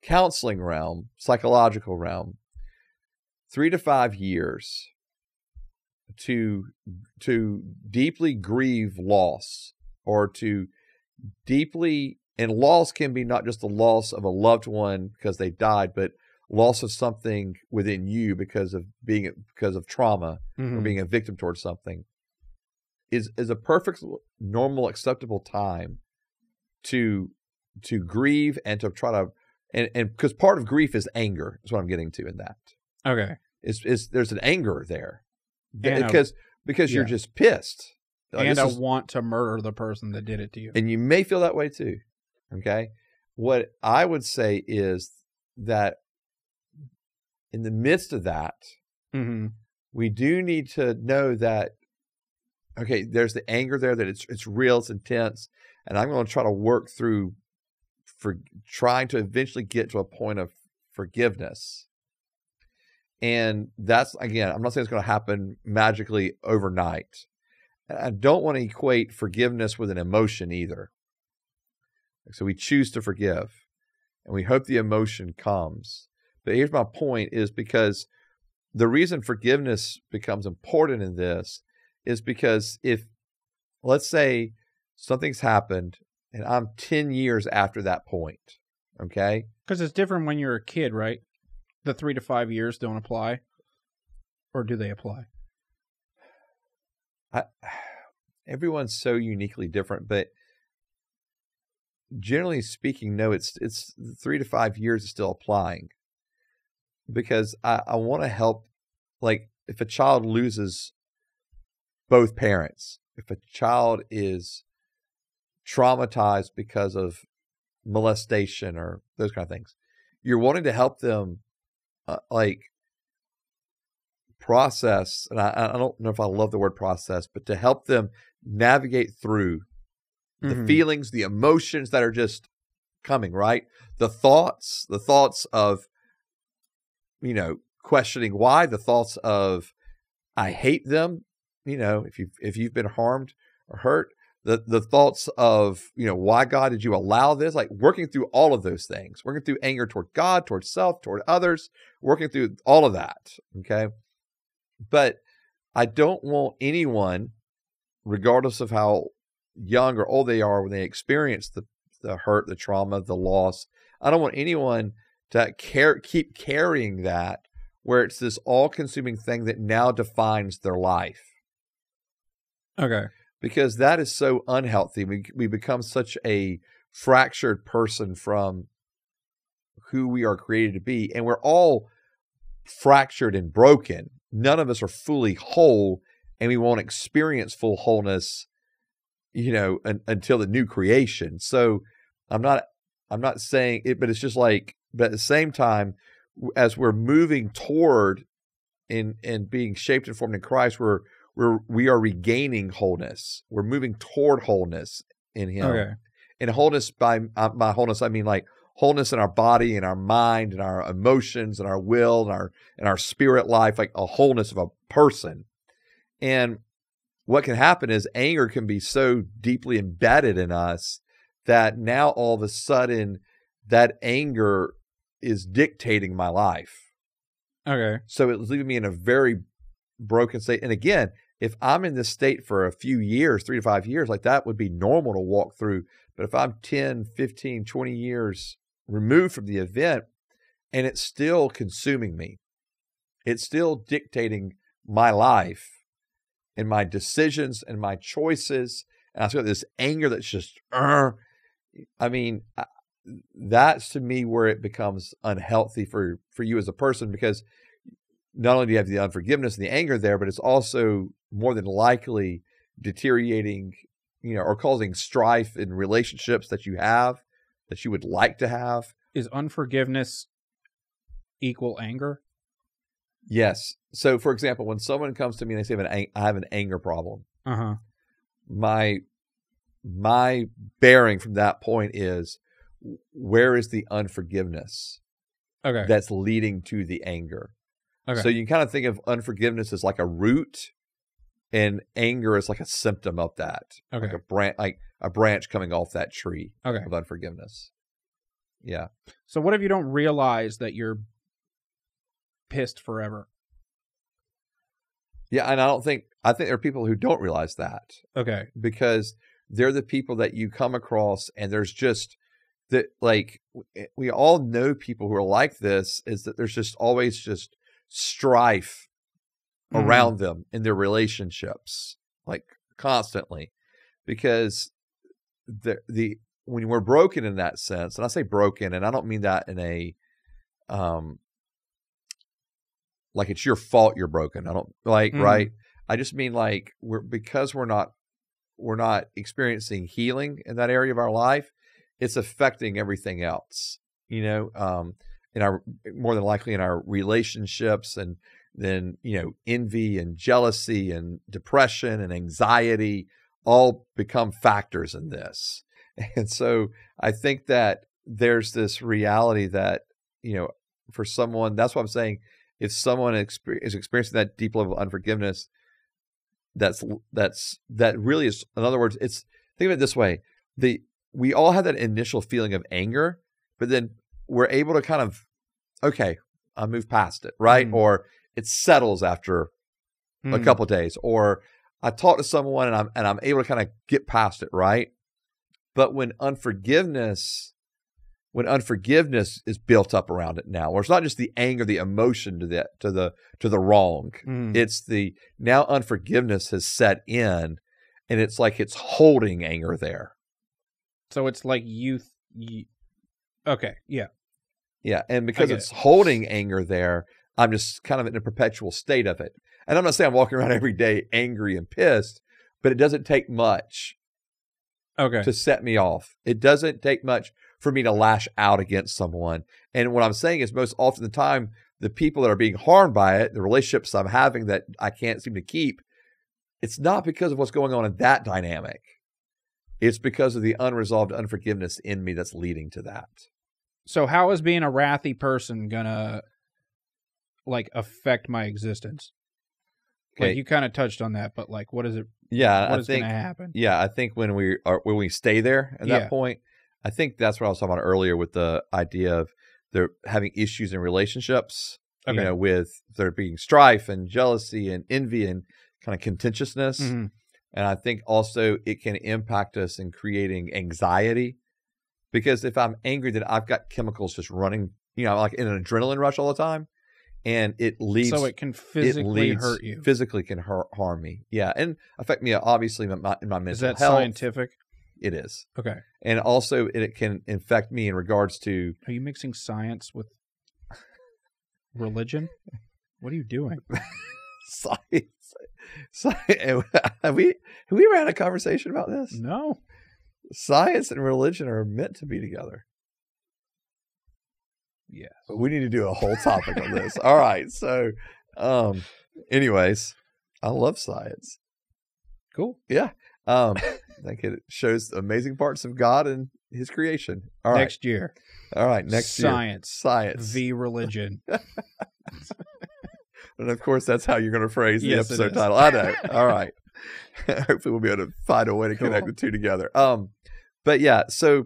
counseling realm, psychological realm, three to five years to to deeply grieve loss or to deeply and loss can be not just the loss of a loved one because they died, but loss of something within you because of being because of trauma Mhm. or being a victim towards something is is a perfect normal acceptable time to to grieve and to try to and and because part of grief is anger is what i'm getting to in that okay. is is there's an anger there And a- because because you're yeah. just pissed Like, and this I is- want to murder the person that did it to you. and you may feel that way too. Okay. What I would say is that in the midst of that, hmm we do need to know that okay, there's the anger there that it's it's real, it's intense, and I'm going to try to work through for trying to eventually get to a point of forgiveness. And that's again, I'm not saying it's going to happen magically overnight. And I don't want to equate forgiveness with an emotion either. So we choose to forgive and we hope the emotion comes. But here's my point is because the reason forgiveness becomes important in this is because if let's say something's happened and I'm 10 years after that point, okay? Because it's different when you're a kid, right? The three to five years don't apply, or do they apply? I, [sighs] everyone's so uniquely different, but generally speaking, no, it's it's three to five years is still applying because I, I want to help. Like if a child loses both parents, if a child is traumatized because of molestation or those kind of things, you're wanting to help them, uh, like process and I, I don't know if i love the word process but to help them navigate through the Mhm. feelings the emotions that are just coming right the thoughts the thoughts of you know questioning why the thoughts of i hate them you know if you if you've been harmed or hurt the the thoughts of you know why god did you allow this like working through all of those things working through anger toward god toward self toward others working through all of that okay but I don't want anyone, regardless of how young or old they are, when they experience the, the hurt, the trauma, the loss, I don't want anyone to care, keep carrying that where it's this all consuming thing that now defines their life Okay. because that is so unhealthy. We, we become such a fractured person from who we are created to be. And we're all fractured and broken. None of us are fully whole, and we won't experience full wholeness you know, un, until the new creation. So I'm not I'm not saying it, but it's just like, but at the same time, w- as we're moving toward in and being shaped and formed in Christ, we're we're we are regaining wholeness. We're moving toward wholeness in Him. Okay. And wholeness by uh, by wholeness, I mean like wholeness in our body, in our mind, in our emotions, in our will, and our in our spirit life, like a wholeness of a person. And what can happen is anger can be so deeply embedded in us that now all of a sudden that anger is dictating my life. Okay. So it was leaving me in a very broken state. And again, if I'm in this state for a few years, three to five years, like that would be normal to walk through. But if I'm 10, 15, 20 years removed from the event and it's still consuming me, it's still dictating my life and my decisions and my choices. And I've got this anger that's just, "Arr." I mean, I- that's to me where it becomes unhealthy for, for you as a person because not only do you have the unforgiveness and the anger there, but it's also more than likely deteriorating, you know, or causing strife in relationships that you have that you would like to have. Is unforgiveness equal anger? Yes. So, for example, when someone comes to me and they say, "I have an ang- "I have an anger problem," Uh huh. my my bearing from that point is, where is the unforgiveness Okay. that's leading to the anger? Okay. So you kind of think of unforgiveness as like a root, and anger is like a symptom of that. okay. like a branch like a branch coming off that tree Okay. of unforgiveness yeah So what if you don't realize that you're pissed forever? yeah and i don't think i think there are people who don't realize that Okay. because they're the people that you come across and there's just that like w- eh, we all know people who are like this is that there's just always just strife Mhm. around them in their relationships like constantly because the the when we're broken in that sense and i say broken and i don't mean that in a um like it's your fault you're broken i don't like Mhm. right i just mean like we're because we're not we're not experiencing healing in that area of our life it's affecting everything else you know um in our more than likely in our relationships and then you know envy and jealousy and depression and anxiety all become factors in this and so i think that there's this reality that you know for someone that's what i'm saying if someone exper- is experiencing that deep level of unforgiveness that's that's that really is in other words it's think of it this way the we all have that initial feeling of anger but then we're able to kind of okay i move past it right Mm. or it settles after a Hmm. couple days or I talk to someone and I'm and I'm able to kind of get past it, right? But when unforgiveness when unforgiveness is built up around it now, or it's not just the anger, the emotion to the to the to the wrong. Hmm. It's the now unforgiveness has set in and it's like it's holding anger there. so it's like youth. You, okay. Yeah. Yeah, and because get it's holding anger there, I'm just kind of in a perpetual state of it. And I'm not saying I'm walking around [laughs] every day angry and pissed, but it doesn't take much Okay. to set me off. It doesn't take much for me to lash out against someone. And what I'm saying is, most often the time, the people that are being harmed by it, the relationships I'm having that I can't seem to keep, it's not because of what's going on in that dynamic. It's because of the unresolved unforgiveness in me that's leading to that. so how is being a wrathy person gonna like affect my existence? Like Okay. you kind of touched on that, but like, what is it? yeah, What I is think. gonna happen? Yeah, I think when we are when we stay there at Yeah. that point, I think that's what I was talking about earlier with the idea of they're having issues in relationships. Okay. You know, with there being strife and jealousy and envy and kind of contentiousness, Mhm. and I think also it can impact us in creating anxiety because if I'm angry, then I've got chemicals just running. You know, like in an adrenaline rush all the time, and it leads so it can physically hurt you. Physically can har harm me. Yeah, and affect me uh, obviously in my, in my mental Is that health. scientific? It is, Okay. and also it, it can infect me in regards to [laughs] Are you mixing [laughs] science with religion? What are you doing? science. science [laughs] have we have we ever had a conversation about this? No. Science and religion are meant to be together. Yes. We need to do a whole topic on [laughs] this. All right. So, um, anyways, I love science. Cool. [laughs] Um, I think it shows the amazing parts of God and His creation. All right. next year. All right. Next year, Science. science. The [laughs] religion. And of course, that's how you're going to phrase the Yes, it episode is. title. I know. [laughs] All right. [laughs] Hopefully, we'll be able to find a way to connect Cool. the two together. Um, but yeah, so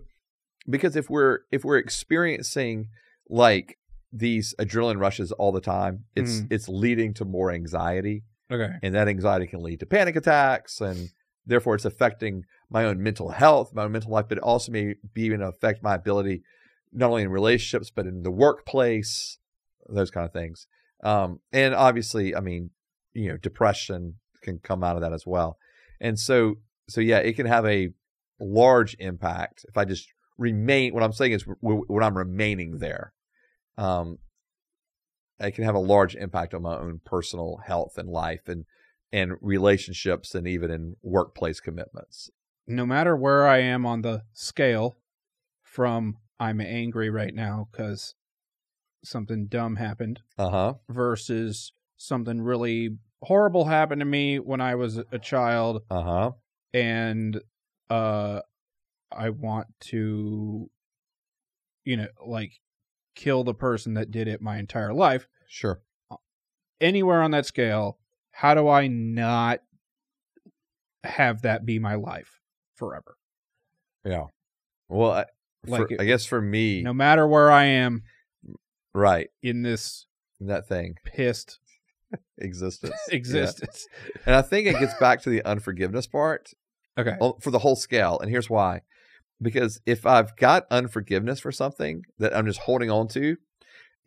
because if we're if we're experiencing like these adrenaline rushes all the time, it's Mm. it's leading to more anxiety, Okay. [laughs] and that anxiety can lead to panic attacks, and therefore it's affecting my own mental health, my own mental life, but it also may be even affect my ability not only in relationships but in the workplace, those kind of things. Um, and obviously, I mean, you know, depression can come out of that as well. And so, so yeah, it can have a large impact if I just remain. What I'm saying is, w- w- when I'm remaining there, um, it can have a large impact on my own personal health and life and and relationships and even in workplace commitments. No matter where I am on the scale from I'm angry right now because something dumb happened Uh huh. versus something really horrible happened to me when I was a child Uh huh. and uh I want to you know like kill the person that did it my entire life Sure. anywhere on that scale, how do I not have that be my life forever? Yeah. Well, I, Like for, it- I guess for me, No matter where I am right, in this that thing pissed [laughs] existence Yeah. existence. [laughs] And I think it gets back to the unforgiveness part Okay. uh, for the whole scale. And here's why. Because if I've got unforgiveness for something that I'm just holding on to,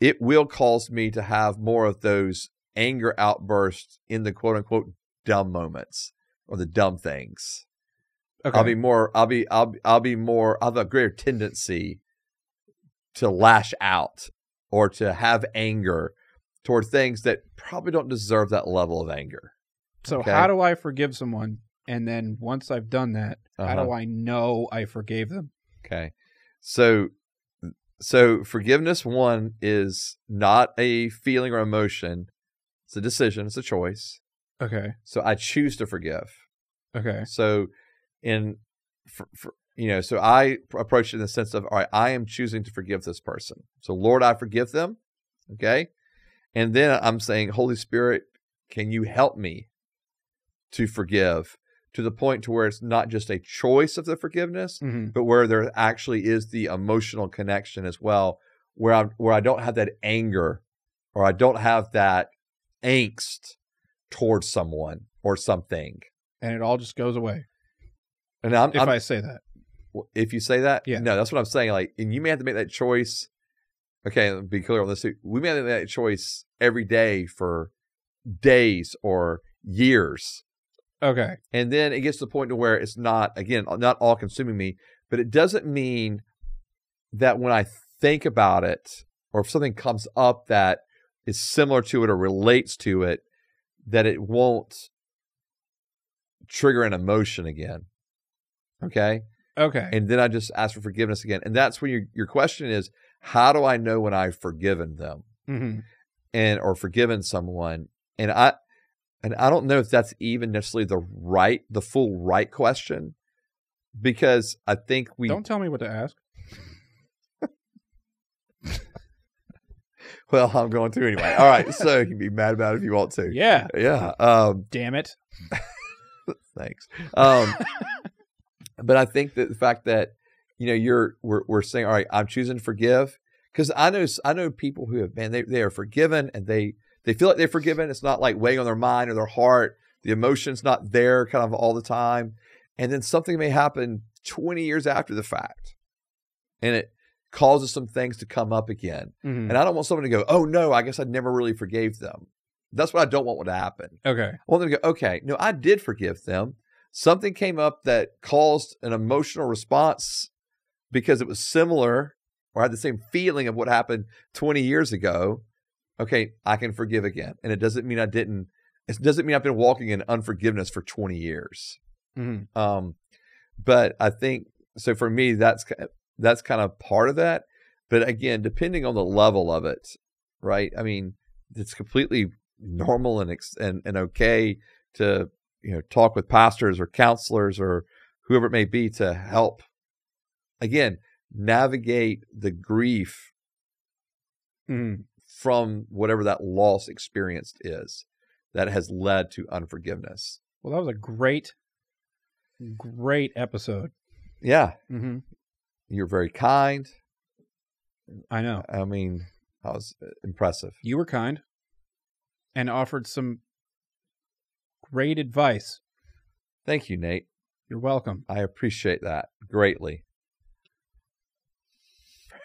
it will cause me to have more of those anger outbursts in the quote unquote dumb moments or the dumb things. Okay. I'll be more I'll be I'll be, I'll be more I'll have a greater tendency to lash out or to have anger toward things that probably don't deserve that level of anger. so okay. how do I forgive someone? And then once I've done that, how Uh-huh. do I know I forgave them? Okay. So so forgiveness one is not a feeling or emotion. It's a decision, it's a choice. Okay. So I choose to forgive. Okay. So in for, for, you know, so I approach it in the sense of all right, I am choosing to forgive this person. So Lord, I forgive them. Okay? And then I'm saying, Holy Spirit, can you help me to forgive to the point to where it's not just a choice of the forgiveness, hmm but where there actually is the emotional connection as well, where I where I don't have that anger or I don't have that angst towards someone or something. And it all just goes away And I'm, if I'm- i say that. if you say that, Yeah. no, that's what I'm saying. Like, and you may have to make that choice. Okay, let me be clear on this. too. We may have to make that choice every day for days or years. Okay. And then it gets to the point to where it's not, again, uh, not all consuming me, but it doesn't mean that when I think about it or if something comes up that is similar to it or relates to it, that it won't trigger an emotion again. Okay. Okay. And then I just ask for forgiveness again. And that's when your, your question is, how do I know when I've forgiven them? hmm and or forgiven someone and i and i don't know if that's even necessarily the right the full right question because i think we Don't tell me what to ask. [laughs] well i'm going to anyway all right so you can be mad about it if you want to Yeah. yeah um Damn it. thanks um but i think that the fact that you know you're we're, we're saying all right i'm choosing to forgive because i know i know people who have man they, they are forgiven and they they feel like they're forgiven it's not like weighing on their mind or their heart the emotion's not there kind of all the time and then something may happen 20 years after the fact and it causes some things to come up again Mhm. and i don't want someone to go oh no i guess i never really forgave them that's what i don't want to happen Okay. I want them to go, okay, no, I did forgive them. Something came up that caused an emotional response because it was similar or had the same feeling of what happened 20 years ago. Okay, I can forgive again. And it doesn't mean I didn't it doesn't mean I've been walking in unforgiveness for 20 years. Mhm. Um, but I think so for me, that's ki- that's kind of part of that. But again, depending on the level of it, right? I mean, it's completely normal and ex- and and okay to you know talk with pastors or counselors or whoever it may be to help. Again, navigate the grief Mhm. from whatever that loss experienced is that has led to unforgiveness. Well, that was a great, great episode. Yeah, hmm you're very kind. I know I mean, that was uh, impressive. you were kind, and offered some great advice. Thank you, Nate. You're welcome. I appreciate that greatly.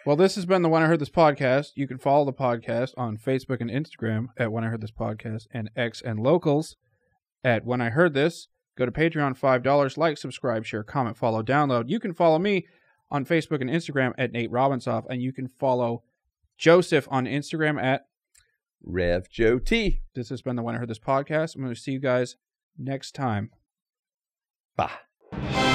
Well, this has been the When I Heard This podcast. You can follow the podcast on Facebook and Instagram at When I Heard This podcast and X and Locals at When I Heard This. Go to Patreon $5, like, subscribe, share, comment, follow, download. You can follow me on Facebook and Instagram at Nate Robinsoff, and you can follow Joseph on Instagram at Rev Joe T. This has been the When I Heard This podcast. I'm going to see you guys next time. Bye.